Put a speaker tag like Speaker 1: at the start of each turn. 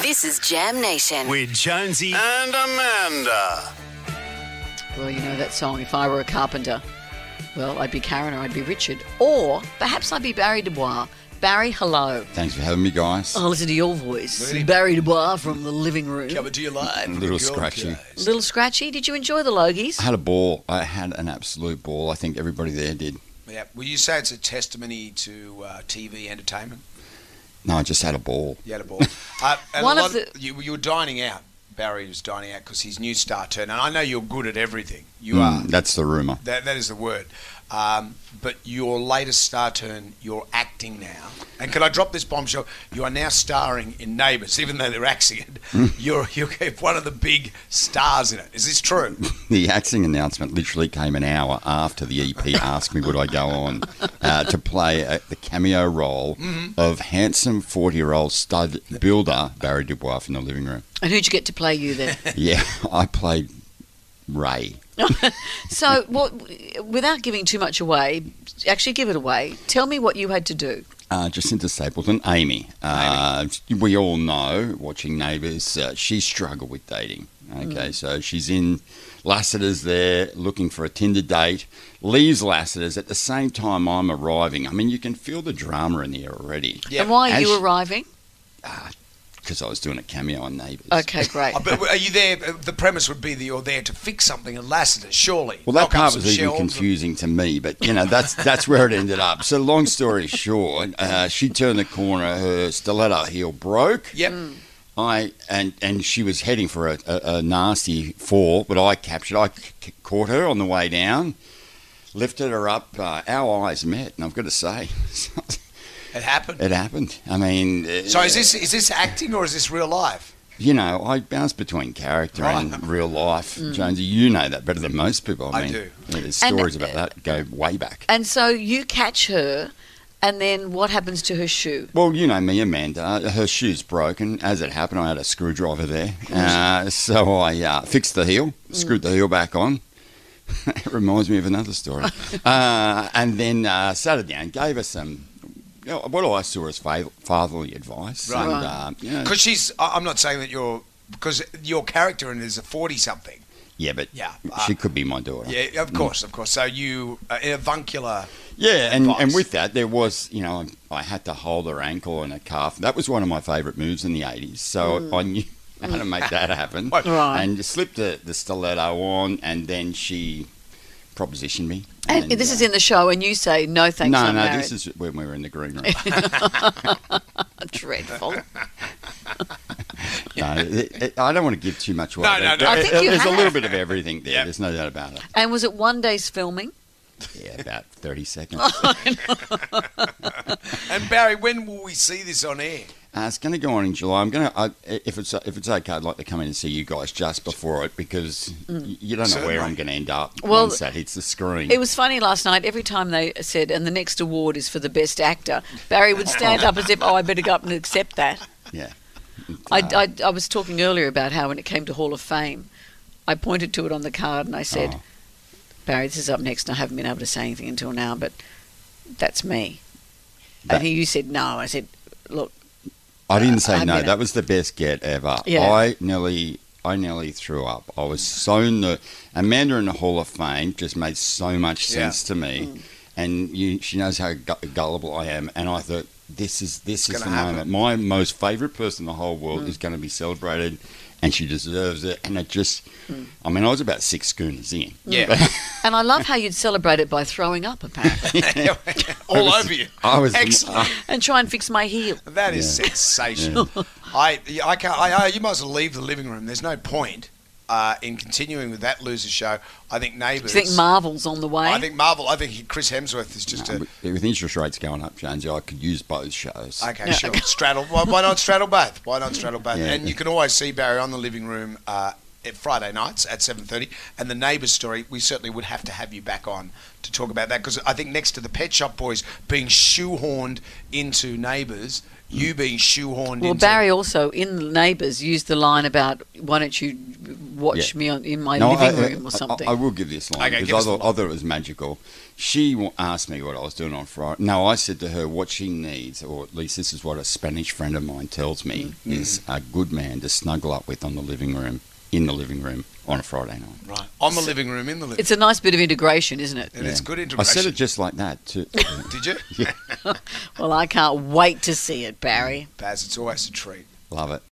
Speaker 1: This is Jam Nation.
Speaker 2: with Jonesy.
Speaker 3: and Amanda.
Speaker 4: Well, you know that song, If I Were a Carpenter. Well, I'd be Karen or I'd be Richard. Or perhaps I'd be Barry Dubois. Barry, hello.
Speaker 5: Thanks for having me, guys.
Speaker 4: I'll Oh, listen to your voice. Barry Dubois from the living room.
Speaker 6: Coming to you live.
Speaker 5: A
Speaker 6: from
Speaker 5: little
Speaker 6: your
Speaker 5: scratchy.
Speaker 6: place.
Speaker 4: Little Scratchy, did you enjoy the Logies?
Speaker 5: I had a ball. I had an absolute ball. I think everybody there did.
Speaker 6: Yeah. Will you say it's a testimony to uh, TV entertainment?
Speaker 5: No, I just had a ball.
Speaker 6: You had a ball. Uh, and
Speaker 4: One
Speaker 6: a
Speaker 4: of
Speaker 6: lot you, you were dining out. Barry was dining out because his new star turned. And I know you're good at everything. You
Speaker 5: Mm,
Speaker 6: are.
Speaker 5: That's the rumor.
Speaker 6: That, that is the word. Um, but your latest star turn, you're acting now. And can I drop this bombshell? You are now starring in Neighbours, even though they're acting.
Speaker 5: Mm.
Speaker 6: You're, you're one of the big stars in it. Is this true?
Speaker 5: The axing announcement literally came an hour after the EP asked me would I go on uh, to play uh the cameo role
Speaker 6: Mm-hmm.
Speaker 5: of handsome 40-year-old stud builder Barry Dubois from the living room.
Speaker 4: And who'd you get to play you then?
Speaker 5: Yeah, I played Ray.
Speaker 4: so, what, without giving too much away, actually give it away. Tell me what you had to do.
Speaker 5: Uh, Jacinta Stapleton, Amy. Uh, We all know, watching Neighbours, uh, she struggled with dating. Okay, so she's in Lassiter's there looking for a Tinder date, leaves Lassiter's at the same time I'm arriving. I mean, you can feel the drama in the air already
Speaker 6: Yeah.
Speaker 4: And why are
Speaker 5: As-
Speaker 4: you arriving?
Speaker 5: because I was doing a cameo on Neighbours.
Speaker 4: Okay, great.
Speaker 6: Oh, but are you there? The premise would be that you're there to fix something at Lassiter, surely.
Speaker 5: Well, that
Speaker 6: Knock up
Speaker 5: part
Speaker 6: some
Speaker 5: was even
Speaker 6: shelves and-
Speaker 5: confusing to me, but you know that's that's where it ended up. So, long story short, uh, she turned the corner, her stiletto heel broke,
Speaker 6: Yep.
Speaker 5: I and and she was heading for a, a, a nasty fall, but I captured. I c- c- caught her on the way down, lifted her up. Uh, our eyes met, and I've got to say,
Speaker 6: It happened.
Speaker 5: it happened. I mean, uh,
Speaker 6: So is this is this acting or is this real life?
Speaker 5: You know, I bounce between character and real life, Jonesy. You know that better than most people. I,
Speaker 6: I
Speaker 5: mean,
Speaker 6: do.
Speaker 5: yeah, there's
Speaker 4: And-
Speaker 5: stories about that go way back.
Speaker 4: and so you catch her, and then what happens to her shoe?
Speaker 5: Well, you know me, Amanda. Her shoe's broken. As it happened, I had a screwdriver there. Uh, so I uh, fixed the heel, screwed the heel back on. it reminds me of another story. uh, and then uh, sat her down, gave her some, you know, what I saw as fa- fatherly advice.
Speaker 6: Right.
Speaker 5: And, uh, you know,
Speaker 6: Because she's. I- I'm not saying that you're. Because your character in it is a forty-something.
Speaker 5: yeah, but
Speaker 6: Yeah, uh,
Speaker 5: she could be my daughter.
Speaker 6: Yeah, of course, of course. So you uh, avuncular.
Speaker 5: Yeah, and, and
Speaker 6: Advice.
Speaker 5: with that, there was, you know, I had to hold her ankle and her calf. That was one of my favourite moves in the 80s. So
Speaker 6: Mm.
Speaker 5: I knew how to make that happen.
Speaker 6: Right.
Speaker 4: Right.
Speaker 5: And just slipped the, the stiletto on, and then she propositioned me. uh,
Speaker 4: And, this is in the show, and you say, no thanks,
Speaker 5: No,
Speaker 4: I'm
Speaker 5: no,
Speaker 4: married.
Speaker 5: this is when we were in the green room.
Speaker 4: Oh, dreadful.
Speaker 5: no, it, it, I don't want to give too much away.
Speaker 6: No, no,
Speaker 5: but
Speaker 6: no.
Speaker 4: I think you
Speaker 5: There's a
Speaker 4: have.
Speaker 5: little bit of everything there.
Speaker 6: Yeah.
Speaker 5: There's no doubt about it.
Speaker 4: And was it one day's filming?
Speaker 5: Yeah, about 30 seconds.
Speaker 4: Oh.
Speaker 6: And Barry, when will we see this on air?
Speaker 5: Uh, it's going to go on in July. I'm going to, if it's if it's okay, I'd like to come in and see you guys just before it because y you don't know
Speaker 6: Certainly.
Speaker 5: where I'm going to end up
Speaker 4: Mm. Well,
Speaker 5: once that hits the screen.
Speaker 4: It was funny last night. Every time they said, and the next award is for the best actor, Barry would stand up as if, oh, I better go up and accept that.
Speaker 5: yeah,
Speaker 4: I, I, I was talking earlier about how when it came to Hall of Fame, I pointed to it on the card and I said,
Speaker 5: Oh.
Speaker 4: Barry, this is up next. And I haven't been able to say anything until now, but that's me.
Speaker 5: That-
Speaker 4: and he, you said, no. I said, look,
Speaker 6: Uh,
Speaker 5: I didn't say
Speaker 4: I
Speaker 5: no.
Speaker 4: mean it.
Speaker 5: That was the best get ever.
Speaker 4: Yeah.
Speaker 5: I nearly, I nearly threw up. I was so ner- Amanda in the Hall of Fame just made so much
Speaker 6: Yeah. Mm.
Speaker 5: sense to me, and you, she knows how gu- gullible I am. And I thought this is this is
Speaker 6: gonna
Speaker 5: the
Speaker 6: happen. Mm.
Speaker 5: moment. My most favourite person in the whole world is going to be celebrated, and she deserves it. And it just,
Speaker 6: Mm.
Speaker 5: I mean, I was about six schooners in.
Speaker 4: Mm.
Speaker 6: Yeah,
Speaker 4: and I love how you'd celebrate it by throwing up, apparently,
Speaker 6: all
Speaker 5: was-
Speaker 6: over you.
Speaker 5: I was
Speaker 6: Excellent.
Speaker 4: and try and fix my heel.
Speaker 6: That is sensational. I, I can't. I, I, you might as well leave the living room. There's no point uh, in continuing with that loser show. I think neighbours.
Speaker 4: Do you think Marvel's on the way?
Speaker 6: I think Marvel. I think Chris Hemsworth is just
Speaker 5: With uh, with interest rates going up, Jonesy, I could use both shows.
Speaker 6: a. Okay, sure. Straddle. Why, why not straddle both? Why not straddle both?
Speaker 5: Yeah.
Speaker 6: And you can always see Barry on the living room uh, at Friday nights at seven thirty. And the neighbours story. We certainly would have to have you back on to talk about that because I think next to the Pet Shop Boys being shoehorned into Neighbours,
Speaker 5: Mm.
Speaker 6: you being shoehorned
Speaker 4: Well,
Speaker 6: into
Speaker 4: Barry also in Neighbours used the line about why don't you watch
Speaker 5: Yeah.
Speaker 4: me on, in my
Speaker 5: No, I-
Speaker 4: living
Speaker 5: I,
Speaker 4: room
Speaker 5: I-
Speaker 4: or something?
Speaker 5: I, I will give this line
Speaker 6: Okay,
Speaker 5: because
Speaker 6: give
Speaker 5: I
Speaker 6: us the
Speaker 5: thought, I thought it was magical. She wa- asked me what I was doing on Friday. No, I said to her what she needs, or at least this is what a Spanish friend of mine tells me,
Speaker 4: Mm-hmm.
Speaker 5: is a good man to snuggle up with on the living room, in the living room on a Friday night.
Speaker 6: right on the living room in the living.
Speaker 4: it's a nice bit of integration, isn't it?
Speaker 6: and it's
Speaker 5: Yeah.
Speaker 6: good
Speaker 5: I
Speaker 6: interaction.
Speaker 5: said it just like that too.
Speaker 6: Did you,
Speaker 4: Well, I can't wait to see it, Barry.
Speaker 6: Baz? It's always a treat.
Speaker 5: Love it.